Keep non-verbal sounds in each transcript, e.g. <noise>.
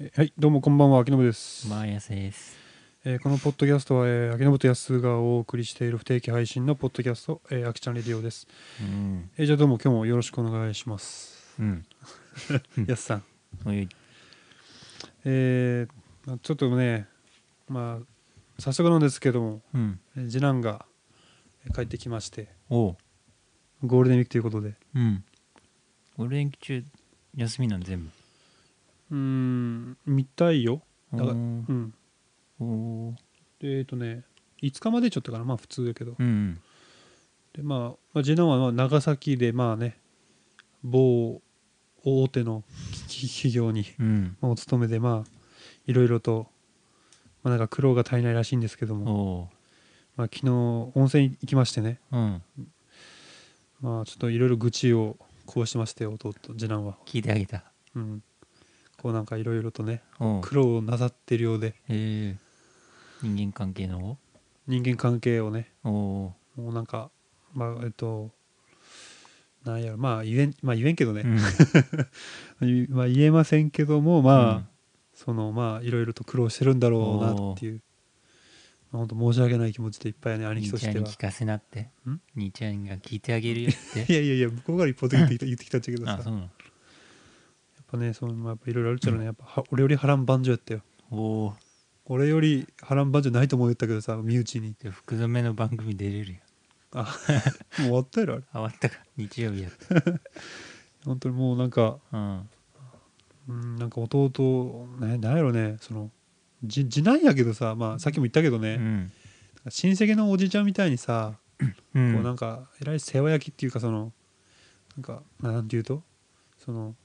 えはいどうもこんばんは秋信です、マーヤセです。えーこのポッドキャストは、えー、秋信と安がお送りしている不定期配信のポッドキャスト「えー、秋ちゃんレディオ」です、うん。えーじゃあどうも今日もよろしくお願いしますうん。安さんおい。えーまあちょっとねまあ早速なんですけどもうん。えー次男がえー帰ってきましておう。ゴールデンウィークということでうん。ゴールデンウィーク中、休みなん全うーん見たいよ部。だからおうんお。おーでえっ、とね5日までちょっとかなまあ普通やけど、うん。でまあ、まあ次男はまあ長崎でまあね某大手の企 <laughs> 企業にうん。まあお勤めでまあいろいろと、まあ、なんか苦労が足りないらしいんですけどおも、おまあ、昨日温泉行きましてね、う。うん。まあ、ちょっといろいろ愚痴をこうしてまして弟次男は、聞いてあげた。うん、こうなんかいろいろとねおう。苦労をなさってるようでええ。人間関係の人間関係をねおおもうなんかまあえっとなんやろまあ言えんまあ言えんけどね、ー。うん。まあ、言えませんけどもまあ、うんそのまあいろいろと苦労してるんだろうなっていう、まあ、本当申し訳ない気持ちでいっぱいやね兄貴兄とちしゃんてには聞かせなってん。兄ちゃんが聞いてあげるよっいて。やいやいや向こうから一方的に言って言ってきたんだけどさ <laughs> あ、やそっうなの。ぱねそのまあやっぱいろいろあるっちゃろうねやっぱは俺より波乱万丈やったよおお。俺より波乱万丈ないと思うよったけどさ身内にじゃあ福留の番組出れるよ。あ <laughs> もう終わったやろあれあ、終わったか。日曜日やった。本当にもうなんかうん。うんなんか弟ねなんやろねそのじ次男やけどさまあさっきも言ったけどうね、ん。親戚のおじちゃんみたいにさう。こうなんんかえらい世話焼きっていうかそのなんかなんていうとその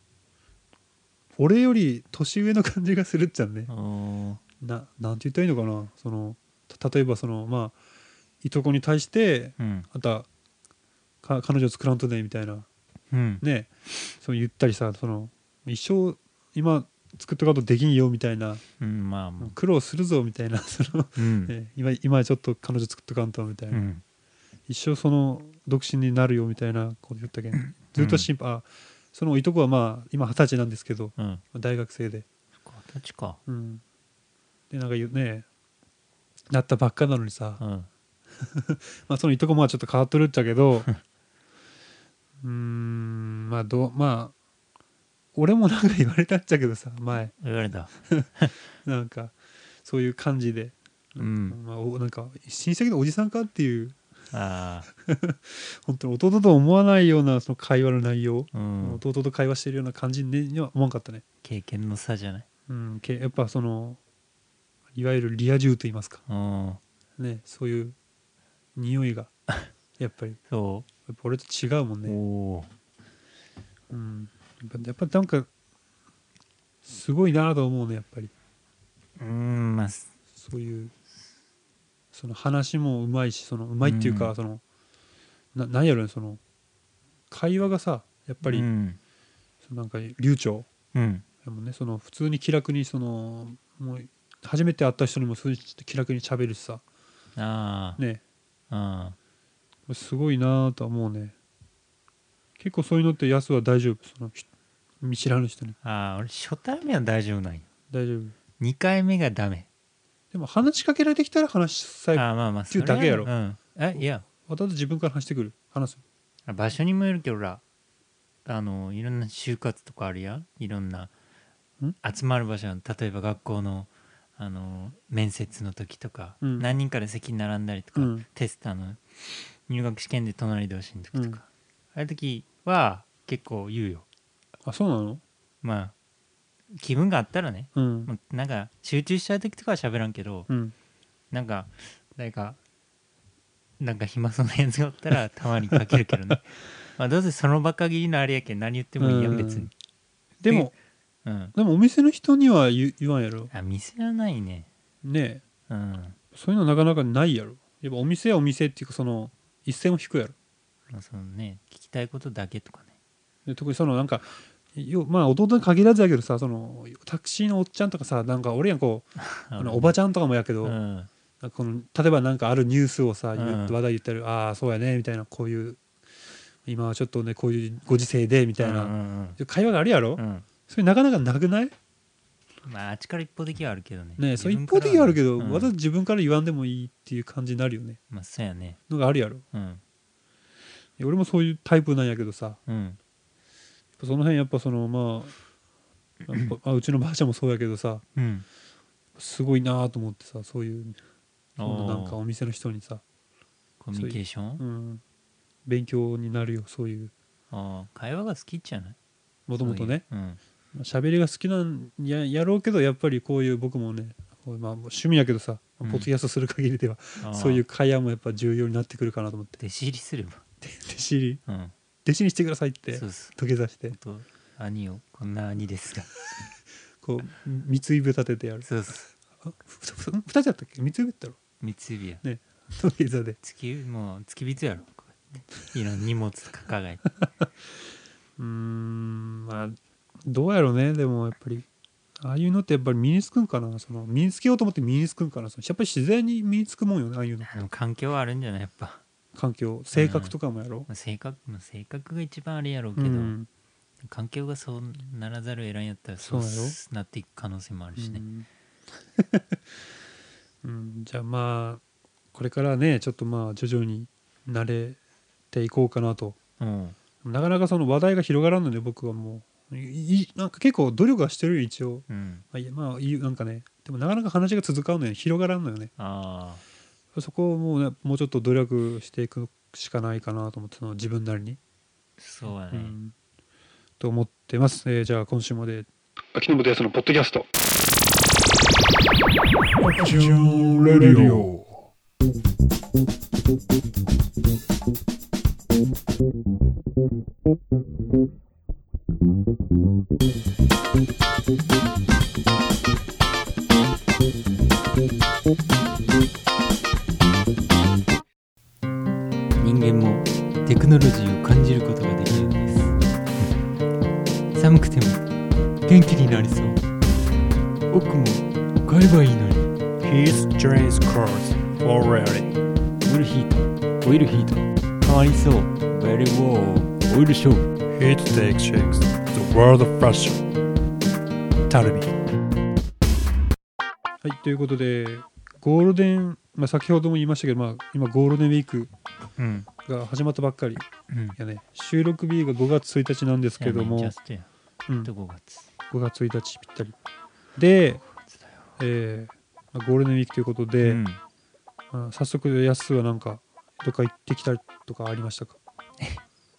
俺より年上の感じがするっちゃねおおー。ななんて言ったらいいのかなそのた例えばそのまあいとこに対してうん。あんたか彼女作らんとねみたいなうん。ねそう言ったりさその一生今作っとかんとできんよみたいなうん、まあまあ。苦労するぞみたいなその、うん。ね、今今ちょっと彼女作っとかんとみたいうな、ん。一生その独身になるよみたいなこと言ったけん、ずっと心配、あそのいとこはまあ今二十歳なんですけどうん。大学生で、二十か。うん、でなんか言うねなったばっかなのにさ、うん。まあ、そのいとこもまあちょっと変わっとるっちゃけどうーんまあどうまあ俺もなんか言われたっちゃけどさ前言われた。なんかそういう感じで、うん。まあ、おなんか親戚のおじさんかっていうあ本当に弟と思わないようなその会話の内容、あ。うん。弟と会話してるような感じには思わんかったね、経験の差じゃない。うん、けやっぱそのいわゆるリア充と言いますかうん。ねそういう匂いが <laughs> やっぱりそやっぱ俺と違うもんう。ね、おお。うん、やっぱやっぱなんかすごいなと思うねやっぱりうん、まあ。すそういうその話もうまいしそのうまいっていうか、うんそのななんやろねその会話がさやっぱり、うん。そのなんか流暢うん。でもねその普通に気楽にそのもう初めて会った人にも普通に気楽に喋るしさあねあ。あすごいなぁとは思うね結構そういうのって安は大丈夫そのひ見知らぬ人にあ。ああ、俺初対面は大丈夫なんよ。大丈夫二回目がダメ。でも話しかけられてきたら話しあさあ、えまあまあ。っていうだけやろそれはうん。え、いや。わざと自分から話してくる話す場所にもよるけどらあのいろんな就活とかあるやんいろんなん集まる場所は例えば学校のあの面接の時とか、うん何人かで席並んだりとか、うんテスターの入学試験で隣同士の時とか、ああいう時は結構言うよあそうなのまあ気分があったらねうんまあなんか集中しちゃう時とかは喋らんけど、うんなんか誰かなんか暇そうなやつがおったらたまにかけるけ <laughs> どねまあどうせその場限りのあれやけん何言ってもいいやうんん別にでもうんでもお店の人には言言わんやろあ見せらないねねうんえそういうのなかなかないやろやっぱお店はお店っていうかその一線を引くやろまあそのね聞きたいことだけとかねで特にそのなんかよまあ弟に限らずやけどさそのタクシーのおっちゃんとかさなんか俺やんこうあのおばちゃんとかもやけゃど、うなんんかこの例えばなんかあるニュースをさ、言ううん話題言ったりああそうやねみたいなこういう今はちょっとねこういうご時世でみたいな、うんうん会話があるやろ、うんそれなかなかなくないまああっちから一方的はあるけどねねそう自分一か方らはね的にあるけど、うん私自分から言わんでもいいっていう感じになるよねまあそうやねのがあるやろいうんや俺もそういうタイプなんやけどさやっうんぱその辺やっぱそのまあやっぱまあうちのばあちゃんもそうやけどさうんすごいなと思ってさそういうそのなんかおーお店の人にさ、コミュニケーションうん、勉強になるよそういうあー会話が好きじゃないもともとねそういううんまあ喋りが好きなんややろうけどやっぱりこういう僕もねこうまあ、趣味やけどさ、うんポッドキャストする限りではあーそういう会話もやっぱ重要になってくるかなと思って弟子入りすれば弟子入りうん弟子にしてくださいってそうです土下座してと兄をこんな兄です <laughs> がこう三つ指立ててやるそうですあふふふ二つやったっけ三つ指だろ三つ指や土下座で月もう月日やろこうやっていろんな荷物とか抱えてう <laughs> ーんまあどうやろうねでもやっぱりああいうのってやっぱり身につくんかなその身につけようと思って身につくんかなそのやっぱり自然に身につくもんよねああいうのあの環境はあるんじゃないやっぱ環境性格とかもやろまあ性格まあ性格が一番あれやろうう、けうど、ん環境がそうならざるを得らんやったらそうそうやろなっていく可能性もあるしね、うん <laughs> うんじゃあまあこれからねちょっとまあ徐々に慣れていこうかなとうんなかなかその話題が広がらんので僕はもういいなんか結構努力はしてるよ一応うんまあいやまあいいなんかねでもなかなか話が続かんのよね広がらんのよねあそこをもうねもうちょっと努力していくしかないかなと思ってその自分なりに、ーそうやね、うんと思ってます、えーじゃあ今週まで秋野元康のポッドキャスト Action Radio. 人間もテクノロジーを感じることができるんです寒くても元気になりそう奥も買えばいいのに His train's cars already. オイルヒートオイルヒート変わりそうベリーウォーオイルショー It takes shakes the world of fashion. Tarbi. はいということでゴールデン、まあ、先ほども言いましたけど、まあ、今ゴールデンウィークうんが始まったばっかりうんやね収録日が5月1日なんですけども、ジャストやうんと5月5月1日ぴったりで、えーまあゴールデンウィークということで、うんまあ早速安すはなんかどっか行ってきたりとかありましたか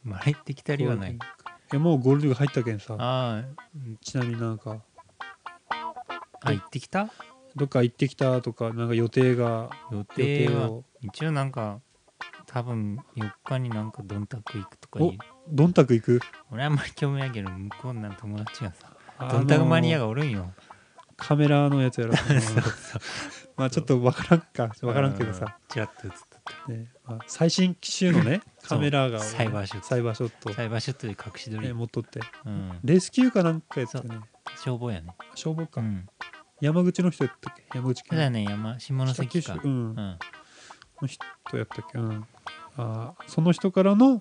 まあ入ってきたりはないいやもうゴールデンウィーク入ったけんさあちなみになんかああ行ってきたどっか行ってきたとかなんか予定が予予定定はを一応なんか多分4日になんかドンタク行くとか言うどんたく行く俺あんまり興味ないけど向こうの友達がさあドのンタクマニアがおるんよカメラのや <laughs> つやろ <laughs> まあちょっとわからんかわからんけどさ、チラッと映ってたねまあ、最新機種のねカメラが、 <laughs> そうサイバーショットサイバーショットサイバーショットで隠し撮りね、持っとってうんレスキューかなんかやったよね消防やね消防うか、ん山口の人やったっけ山口そうだよ県ね山下北九関州かうんうんの人やったっけうんあーその人からの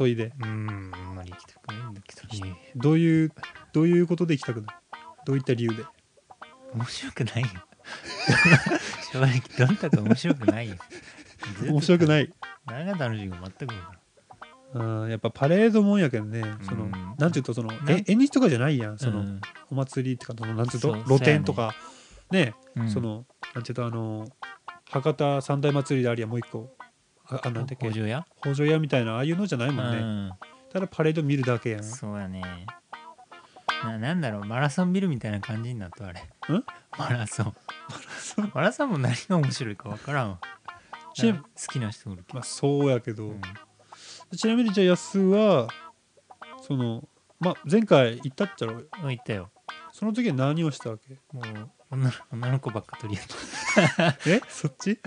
誘いでうんあんまり行きたくないんだけどねどういうどういうことで行きたくないどういった理由で面白くないよ <laughs> 正直どんたく面白くないよ面白くいない何が楽しいか全く分かあーやっぱパレードもんやけどねその、うんなんていうとそのなえ縁日とかじゃないやんそらんの、うんお祭りってかそのなんていうとそう露店とかねうんそのなんていうとあの博多三大祭りでありやもう一個ああなんだっけ工場や北条屋みたいなああいうのじゃないうもんねんただパレード見るだけやんそうやねななんだろうマラソンビルみたいな感じになったあれマラソンマラソンも何が面白いか分からんわちななんか好きな人おるけまあそうやけどど、うんちなみにじゃあ安はそのまあ前回行ったっちゃろあ行ったよその時は何をしたわけもう女の女の子ばっか取り合っ <laughs> えそっち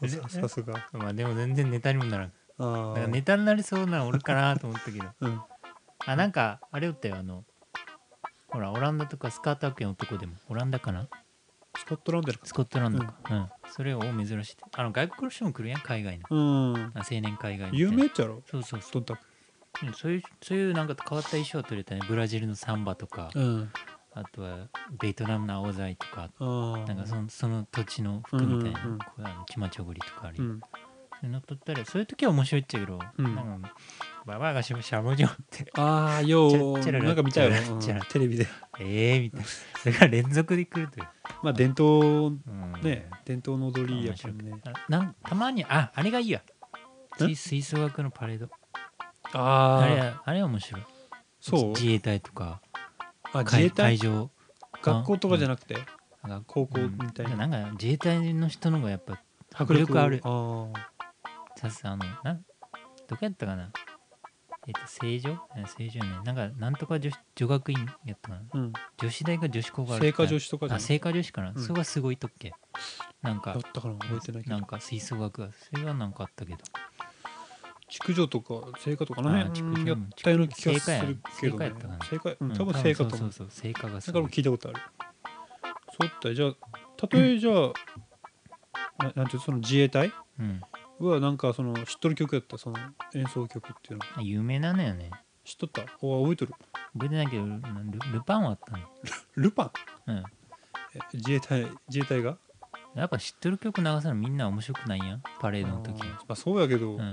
えささすが <laughs> たまあでも全然ネタにもならんあなんあかネタになりそうなのおるかなと思ったけどうんあなんかあれおったよあのほらオランダとかスカート学園男でもオランダかなスコットランドやスコットランドかうん、それを珍しいあの外国の人も来るやん海外のうんあ青年海外みたい有な名っちゃろそうそうそどんたくううんそういうそういうなんか変わった衣装取れたねブラジルのサンバとか、うんあとはベトナムの青菜とかああなんかそのその土地の服みたいうな、んうんうんこうあのチマチョゴリとかあり、うんそういうの取ったりそういう時は面白いっちゃけど、うんなんかババアがしゃしゃぶじょって <laughs> ああようチャラチャラなんか見たよ、チャラうんチャラテレビでええみたいなそれが連続で来るという、まあ伝統うんね伝統の踊りやからねあなんたまにああれがいいやん吹吹奏楽のパレードあれあああれ面白いそう自衛隊とかあ自海衛隊会場学校とかじゃなくてなんか高校みたいなうんなんか自衛隊の人の方がやっぱ迫迫力力ああるるあさすあのなどこやったかなえっと正常え正常ねなんかなんとか女子女学院やったかなあうん女子大か女子校がある聖火女子とかじゃあな聖火女子かな、うんそれがすごいとっけなんだかったかな覚えてないけどなんか吹奏楽がそれはなんかあったけど築女とか聖火とかあのあー築辺女やったような気がするけどね聖火やん聖火ううんん多分聖火とそ思ううそうそう聖火がだすからごい聞いたことあるそうだったじゃあたとえじゃあななんていうその自衛隊うんはなんかその知っとる曲やったその演奏曲っていうのあ有名なのよね知っとったお覚えとる覚えてないけどルルパンはあったのルパンうんえ自衛隊自衛隊がやっぱ知ってる曲流すのみんな面白くないやんパレードの時あーまあそうやけど、うん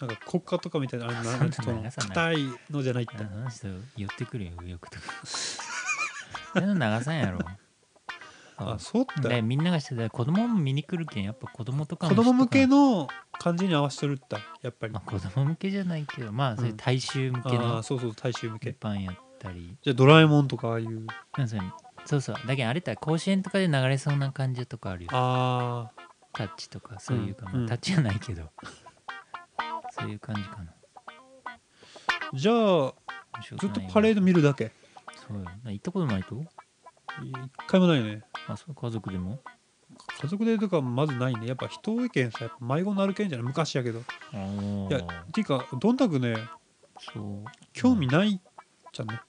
なんあか国家とかみたいなあれななんてそそんなの長さない硬いのじゃないっての人寄ってくるよ右翼とかそういうの流さんやろあそうだでみんながしてたら子供も見に来るけんやっぱ子供とか子も供向けの、の感じに合わせてるったやっぱりまあ、子供向けじゃないけどまあそういう大衆向けあのあそうそう大衆向けルパンやったりじゃあドラえもんとかああいうなんそれそうそうだけどあれだ甲子園とかで流れそうな感じとかあるよああタッチとかそういうか、うんまあうんタッチじゃないけどそういう感じかなじゃあ面白ずくなっいとパレード見るだけそうよな行ったことないと一回もないよねあそう家族でも家族でとかまずないねやっぱ人多いけんさやっぱ迷子なるけんじゃない昔やけどああいやていうかどんたくねそう興味ないじゃんね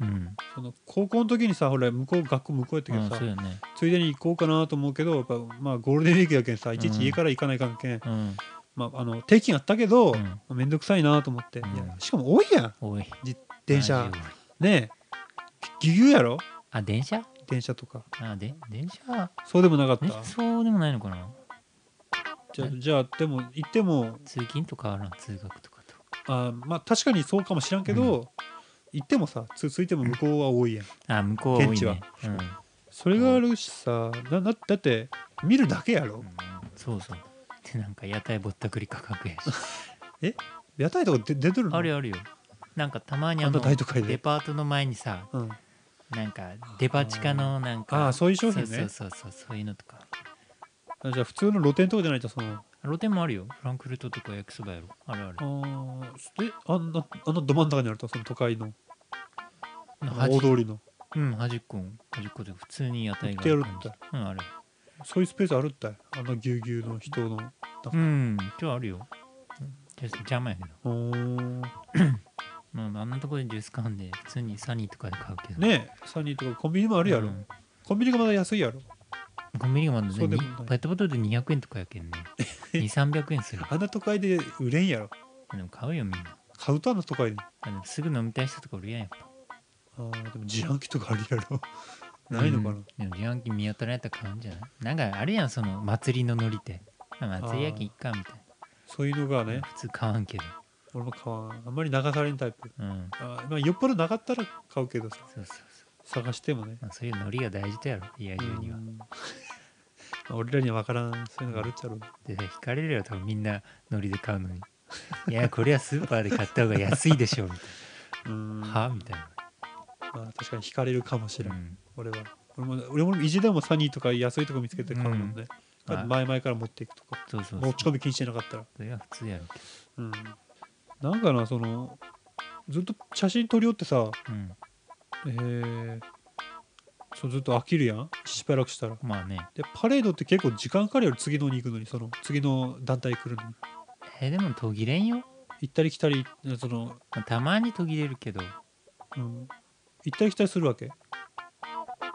うんその高校の時にさほら向こう学校向こうやったけどあさそうよねついでに行こうかなと思うけどやっぱまあゴールデンウィークやけんさいちいち家から行かないかんけん、うんまあ、あの定期券あったけど、うんまあめんどくさいなと思って、うんいやしかも多いやん多い自電マ車ジ多いねえぎぎゅぎゅやろあ電車電車とかあで電車そうでもなかっえたそうでもないのかなじゃあじゃあでも行っても通勤と変わらん通学とかとあまあ確かにそうかもしらんけど、行ってもさつついても向こうは多いやんあ向こうは多現い地はねうんそれがあるしさななだって見るだけやろうんそうそうでなんか屋台ぼったくり価 <laughs> 格やし屋台とか出出てるのあるよあるよなんかたまにああんなの大都会デで、パートの前にさうん、なんかデパ地下のなんあかあそういう商品ねそうそうそうそうそういうのとかあじゃあ普通の露店とかじゃないとその露店もあるよフランクフルトとか焼きそばやろあるあるあーえあんなあんなど真ん中にあるとその都会の端大通りのうん端っこ端っこで普通に屋台が売ってやる感っじてうんあるそういうスペースあるったいあのぎゅうぎゅうの人のうん今日あるよちょっと邪魔やけどおーまああんなとこでジュース買うんで普通にサニーとかで買うけどねえサニーとかコンビニもああるやろ、コンビニがまだ安いやろコンビニがまだねそうでもにないペットボトルで200円とかやけんね2300円するあんな都会で売れんやろでも買うよみんな買うとあんな都会であでもすぐ飲みたい人とかおるやんやっぱあーでも自販機とかあるやろ <laughs> ないのかな、うんでも自販機見当たられたら買うんじゃないなんかあるやんその祭りのノリってまあ祭りやけんいっかみたいそういうのがな、ね普通買わんけど俺も買わんあんまり流されんタイプうんあーまあよっぽどなかったら買うけどさそうそうそう、探してもねまあ、そういうノリが大事だやろリア充にはうん <laughs> まあ俺らには分からんそういうのがあるっちゃろうなで引かれるよ多分みんなノリで買うのに <laughs> いやこれはスーパーで買った方が安いでしょみたいうーんなまはみたいな、あ、確かに惹かれるかもしれん、うん俺は俺も俺も意地でもサニーとか安いとこ見つけて買うもんね、うんはい前々から持っていくとかそうそうそ持うち込み禁止してなかったらそれは普通やろうけうんなんかなそのずっと写真撮りよってさどうんえー、そうずっと飽きるやんしばらくしたらまあねでパレードって結構時間かかるよ次のに行くのにその次の団体来るのにえでも途切れんよ、行ったり来たりその、まあたまに途切れるけどう行ん、行ったり来たりするわけっ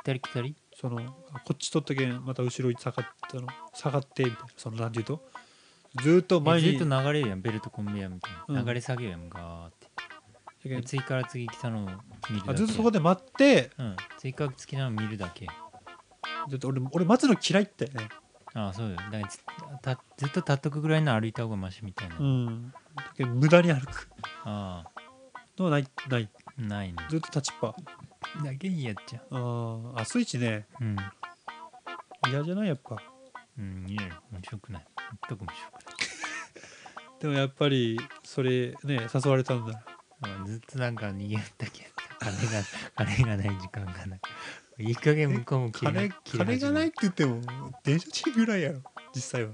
たり来たりそのこっち撮ったけんまた後ろに下がっての下がってみたいなその何て言うとずーっとえ前ずっにと流れるやんベルトコンベヤーみたいな、うん流れ作業やんガーってだけど次から次来たのを見るあだけずっとそこで待ってうん追加付きなの見るだけちょっと俺俺待つの嫌いってねああそうよだからずたずっと立っとくぐらいの歩いた方がマシみたいな、うあんだけど無駄に歩くあのはないないないねずっと立ちっぱだけにやっちゃあーあスイッチねううん嫌じゃないやっぱうんいや面白くない全く面白くでもやっぱりそれね誘われたんだない、うん、ずっとなんか逃げたけど金が <laughs> 金がない時間がないいい加減向こうも切れ金切れ始め金がないって言っても電車賃ぐらいやろ実際は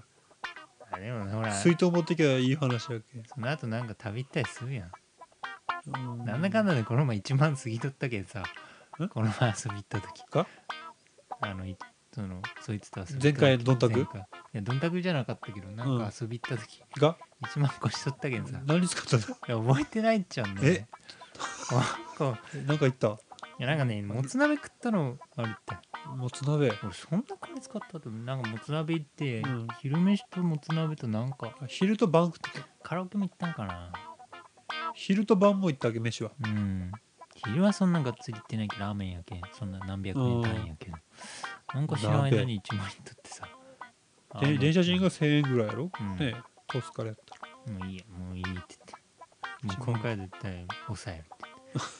あでもねほら水筒持ってきゃいい話やけその後なんか旅行ったりするやん、うんなんだかんだでこの前1万過ぎとったけどさんこの前遊び行った時かあのいそのそいつと遊び前回どんたく前回いやどんたくじゃなかったけどなんか遊び行った時、が1万越しとったけどさい何に使ったんだや覚えてないっちゃうんだよねこうこえなんか言ったういやなんかねもつ鍋食ったのあるってもつ鍋俺そんな金使ったと思うなんかもつ鍋行って、うん昼飯ともつ鍋となんかあ昼と晩食ってたカラオケも行ったんかな昼と晩も行ったわけ飯はうん。昼はそんながっつりってないけど、ラーメンやけん。そんな何百円単位やけど。なんか知らん間に1万円取ってさ。あでの電車賃が1000円ぐらいやろ、うんねえトスからやったらもういいや、もういいって言って。もう今回は絶対抑 <laughs> えるって言って。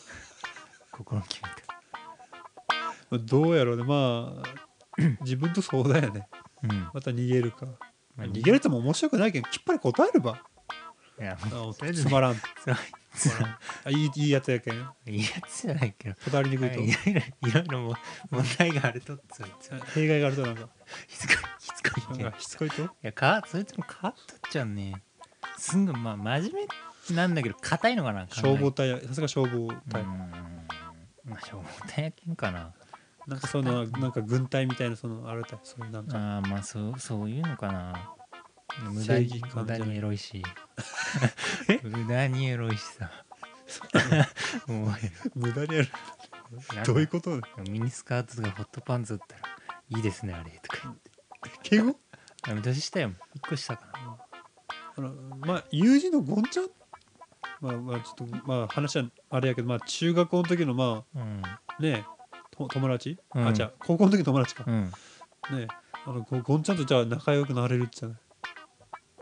心決めた。まあどうやろうね <clears throat> まあ自分と相談やねうん。また逃げるかまあ逃げるっても面白くないけどきっぱり答えればいや、もう、あそれでつねまらんそうつまらんあいいいいやつやけんいいやつじゃないけど。こだわりにくいと、いろいろ、いろいろも問題があるとって、そいつは。弊害があるとなんかしつこい、しつこいけどなんかしつこいといやかそいつも変わったっちゃうねすんごいまあ真面目なんだけど硬いのかな消防隊隊やさすが消防隊、まあ消防隊やけんかななんかそのなんか軍隊みたいなそのあれだよそういうなんかああまあそうそういうのかな無駄正に義無感じ駄ゃないにエロ <laughs> いし無駄にエロいしさ <laughs> もう無駄にやるなんかどういうことミニスカートとかホットパンツだったらいいですねあれとか言って敬語あ年下よ一個下かなあのまあ友人のゴンちゃんまあまあちょっとまあ話はあれやけどまあ中学校の時のまうんあねと友達、うんあじゃあ高校の時の友達か、うんねあのゴゴンちゃんとじゃあ仲良くなれるってじゃない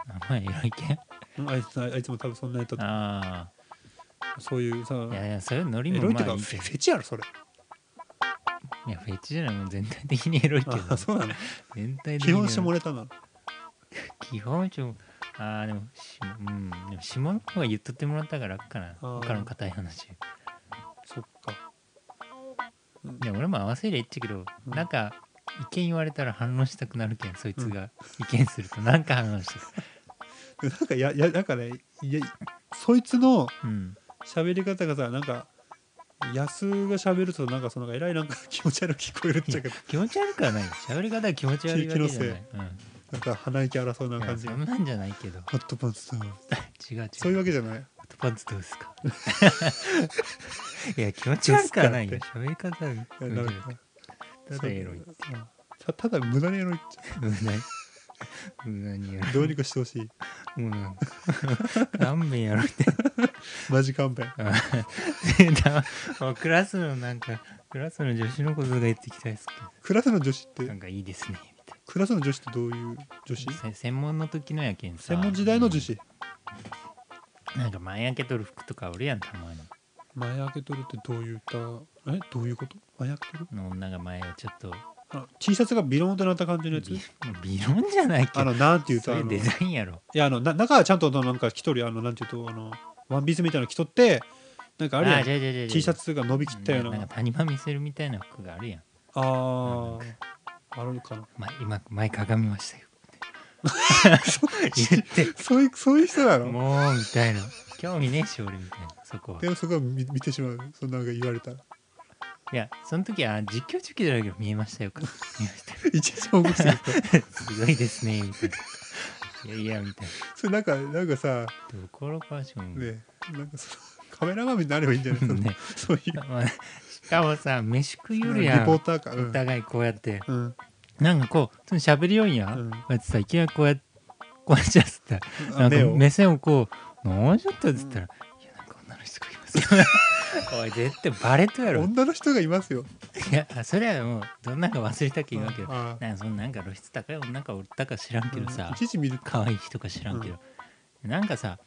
名前エロいけんうんあいつあいつも多分そんなやつだあそういうさあいやいやそういうノリエもロいまとあいかいフけェどフェチやろそれいや、フェチじゃない、もう全体的にエロいけどね、あそう <laughs> なの全体的基に。本下ネタなの基本上、ああ、でも、しうん、でも下の方が言っとってもらったから楽かな。ー他の硬い話。いそっかや、俺も合わせりゃいいっちゃけど、うんなんか、意見言われたら反論したくなるけん、そいつが意見すると、なんか反論したくでなんかややなんかねいやそいつのなる。うん。喋り方がさなんか安が喋るとなんかそのなんか偉いなんか <laughs> 気持ち悪く聞こえるっちゃうけど気持ち悪くはない。喋り方は気持ち悪いわけじゃない。なんか鼻息争うう。なんいや感じそがんなんじゃないけど。ホットパンツだ違う違う。そういうわけじゃないホットパンツどうで <laughs> すかいや、気持ち悪くはないよ。喋り方は気持ちな悪んくかただエロいって。うんたただ無駄にエロいっちゃ無駄に。無駄にやうどうにかしてほしいる。もうなんか。何遍やろうって。マジ勘弁もうクラスのなんか、クラスの女子のことが言ってきたですクラスの女子っけど、なてんかいいですね。みたいクラスの女子ってどういう女子なせ専門の時のやけんさ専門時代の女子なんか前開けとる服とかおるやんたまに前開けとるってどういう歌えどういうこと前開けとるの女が前をちょっとあの T シャツがビローンとなった感じのやつビもうビロンじゃないけあどのなんていうそとあれのデいザインやろやあのな中はちゃんとなんか着とるよあのなんていうとあのワンピースみたいなの着とってなんかあれやんじゃじゃじゃ T シャツが伸びきったようななんか谷間見せるみたいな服があるやん、あああるかなま、今前かがみ <laughs> ましたよ言ってそういうそういう人なのもうみたいな興味ねえし俺みたいなそこはでもそこは見見てしまうそんなのが言われたらいやその時は実況中継じゃないけど見えましたよか見えましたよいちいち報告す <laughs> るとすごいですねみたいないやいやみたいそれなんかなんかさなどころかしもんねねなんかそのカメラマンになればいいんじゃないの、ねそういう <laughs> まあしかもさ飯食いよるリやポーんターかうおん、互いこうやってうん、なんかこうその喋りよんや、うんこうやってさいきなりこうやってこうやってやってたあなん目かを目線をこう「何じゃった?」っつったら「いやなんか女の人がいますよ」 <laughs> おい絶対バレットやろ女の人がいますよ。いやそれはもうどんなんか忘れたき言うわけどああなんかそのなんか露出高い女かおったか知らんけどうんさいちいち見る可愛い人か知らんけど、なんかさ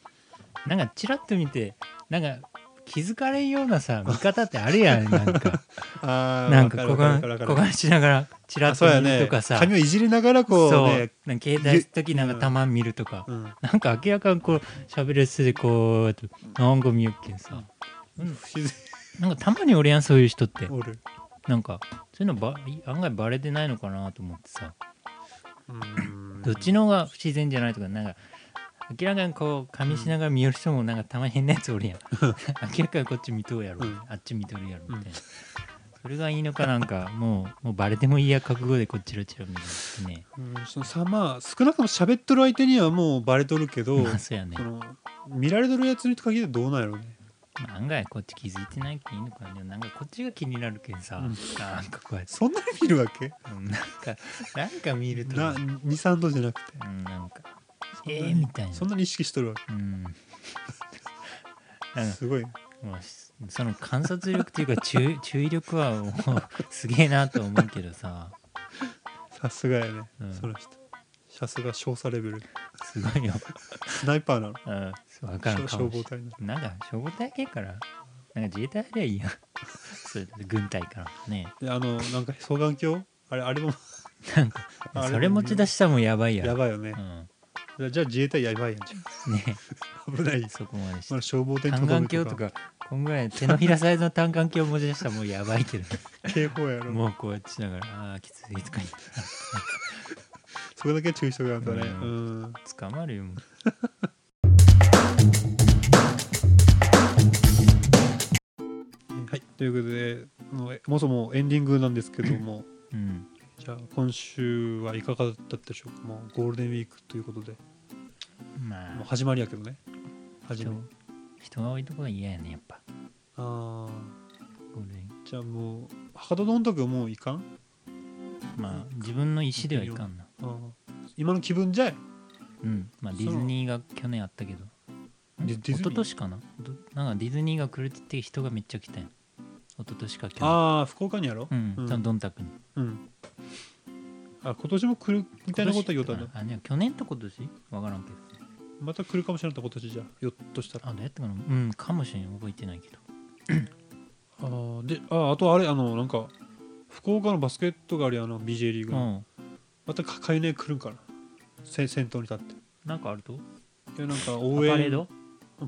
なんかチラッと見てなんか気づかれんようなさ見方ってある <laughs> やんなんかあーなんかわ股るわ間るわかる股間しながらチラあッそうやと見ねるとかさ髪をいじりながらこうそうね。なんか携帯する時なんかたま見るとか、うんなんか明らかにこう喋る人でこうなんか見よっけんさ、うん、不自なんかたまにおるやんそういう人って然おる。なんかそういうのば案外バレてないのかなと思ってさうんどっちの方が不自然じゃないとかなんか明らかにこう噛みしながら見よる人もなんかたまに変なやつおるやん明らかにこっち見とうやろ、うんあっち見とるやろみたいな、うんそれがいいのかなんかもうもうバレてもいいや覚悟でこっちらちら見るってねうんそのさまあ少なくとも喋っとる相手にはもうバレとるけど、まあそうやねその見られとるやつに限ってどうなんやろうね。まあ案外こっち気づいてないけんいいのかなでもなんかこっちが気になるけんさ、うんなんかこうやってそんなに見るわけうんなんかなんか見るとなう2、3度じゃなくて。んなんかそんなえにえみたいなそんなに意識しとるわけ。うん <laughs> なんかすごい。もうしその観察力っていうか注注意 <laughs> 力はもうすげえなと思うけどささすがやね、うんその人。さすが少佐レベル。すごいよ、スナイパーなの。うん、分か消るか消もし防れ隊なの。ないなんか消防隊系からなんか自衛隊でいいやん <laughs> そう軍隊からねで、あの、なんか双眼鏡あれ、あれもなんかあれそれ持ち出したらもうやばいやんやばいよね。じゃあ自衛隊やばいやんじうん、ねゃん。危ないです。そこまでしてまだ消防隊に単とどめ眼鏡とかこんぐらい手のひらサイズの単眼鏡持ち出したらもうやばいけど <laughs> ね、警報やろ。もうこうやってしながらああーきついとか言ってそこだけ注意しておかないとね。ううん。捕まるよもうはい、ということでもうえもうそもエンディングなんですけどもうんじゃあ今週はいかがだったでしょうかもうゴールデンウィークということでまあもう始まりやけどね始人まり人が多いとこが嫌やねやっぱあゴールデンあじゃあもう博多どんたくはもういかんまあ自分の意思ではいかんなあー今の気分じゃいうんまあディズニーが去年あったけどんディディ一ズニー昨年かなどなんかディズニーが来るって言って人がめっちゃ来たん一昨年か去年ああ福岡にやろうん、うんそのどんたくにうんあ今年も来るみたいなことは言おうた今な年あね去年と今年わからんけどまた来るかもしれんと今年じゃよっとしたらあどうやったかなうんかもしれん覚えてないけどあーであーあとあれあのなんか福岡のバスケットがあるやな BJ リーグうのんまたか海ね来るんかなせ先頭に立ってなんかあるといやなんかあ応援パレード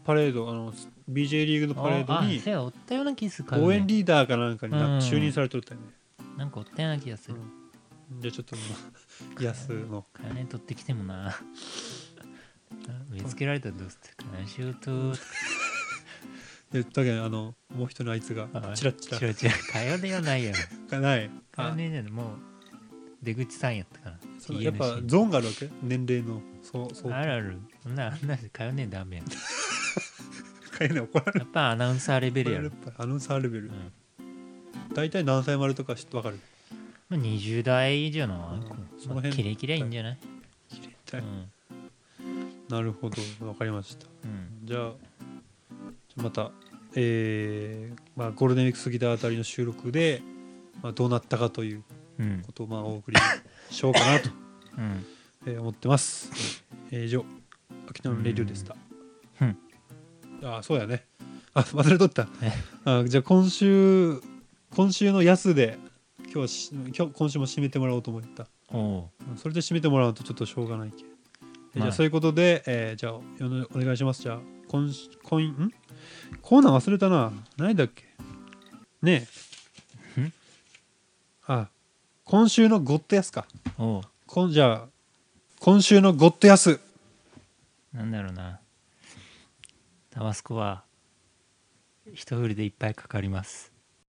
パレードあの BJ リーグのパレードああせにやおったような気するから、ね、応援リーダーかなんかになうん就任されとったよね、なんかおったような気がする、うんじゃあちょっともう <laughs> 安の金取ってきてもな <laughs> 見つけられたらどうするかな仕事言ったけどあのもう一人のあいつがチラッチチララチラ通れよないやろがない <laughs> あ通れじゃないもう出口さんやったからそのやっぱ TNC ゾーンがあるわけ年齢のそうそうあるあるそんなあんな通ねえダメやん変えない怒られるやっぱアナウンサーレベ怒ルらやれろる、やっぱアナウンサーレベうルんま大体何歳までとか知ってわかるあ、20代じゃない、うんそのまあ、辺キレキレいいんじ <laughs> ゃない、うんなるほどわかりましたうんじゃあじゃあまた、えーまあ、ゴールデンウィーク過ぎたあたりの収録で、まあ、どうなったかといううんことをまあお送りしようかな <laughs> と、うんえー思ってます。えー以上、秋田のレディオでした。うんああ、そうやね。あ、忘れとったえ。あじゃあ今週、今週の安で、今日はし今日今週も締めてもらおうと思った。おううんそれで締めてもらうとちょっとしょうがないけん。えじゃまああそういうことで、えーじゃあよろお願いします。じゃあ今し今んコーナー忘れたな。何だっけねえん。あ今週のゴッド安か。おうこんじゃあ今週のゴッド安。なんだろうなタバスコは一振りでいっぱいかかります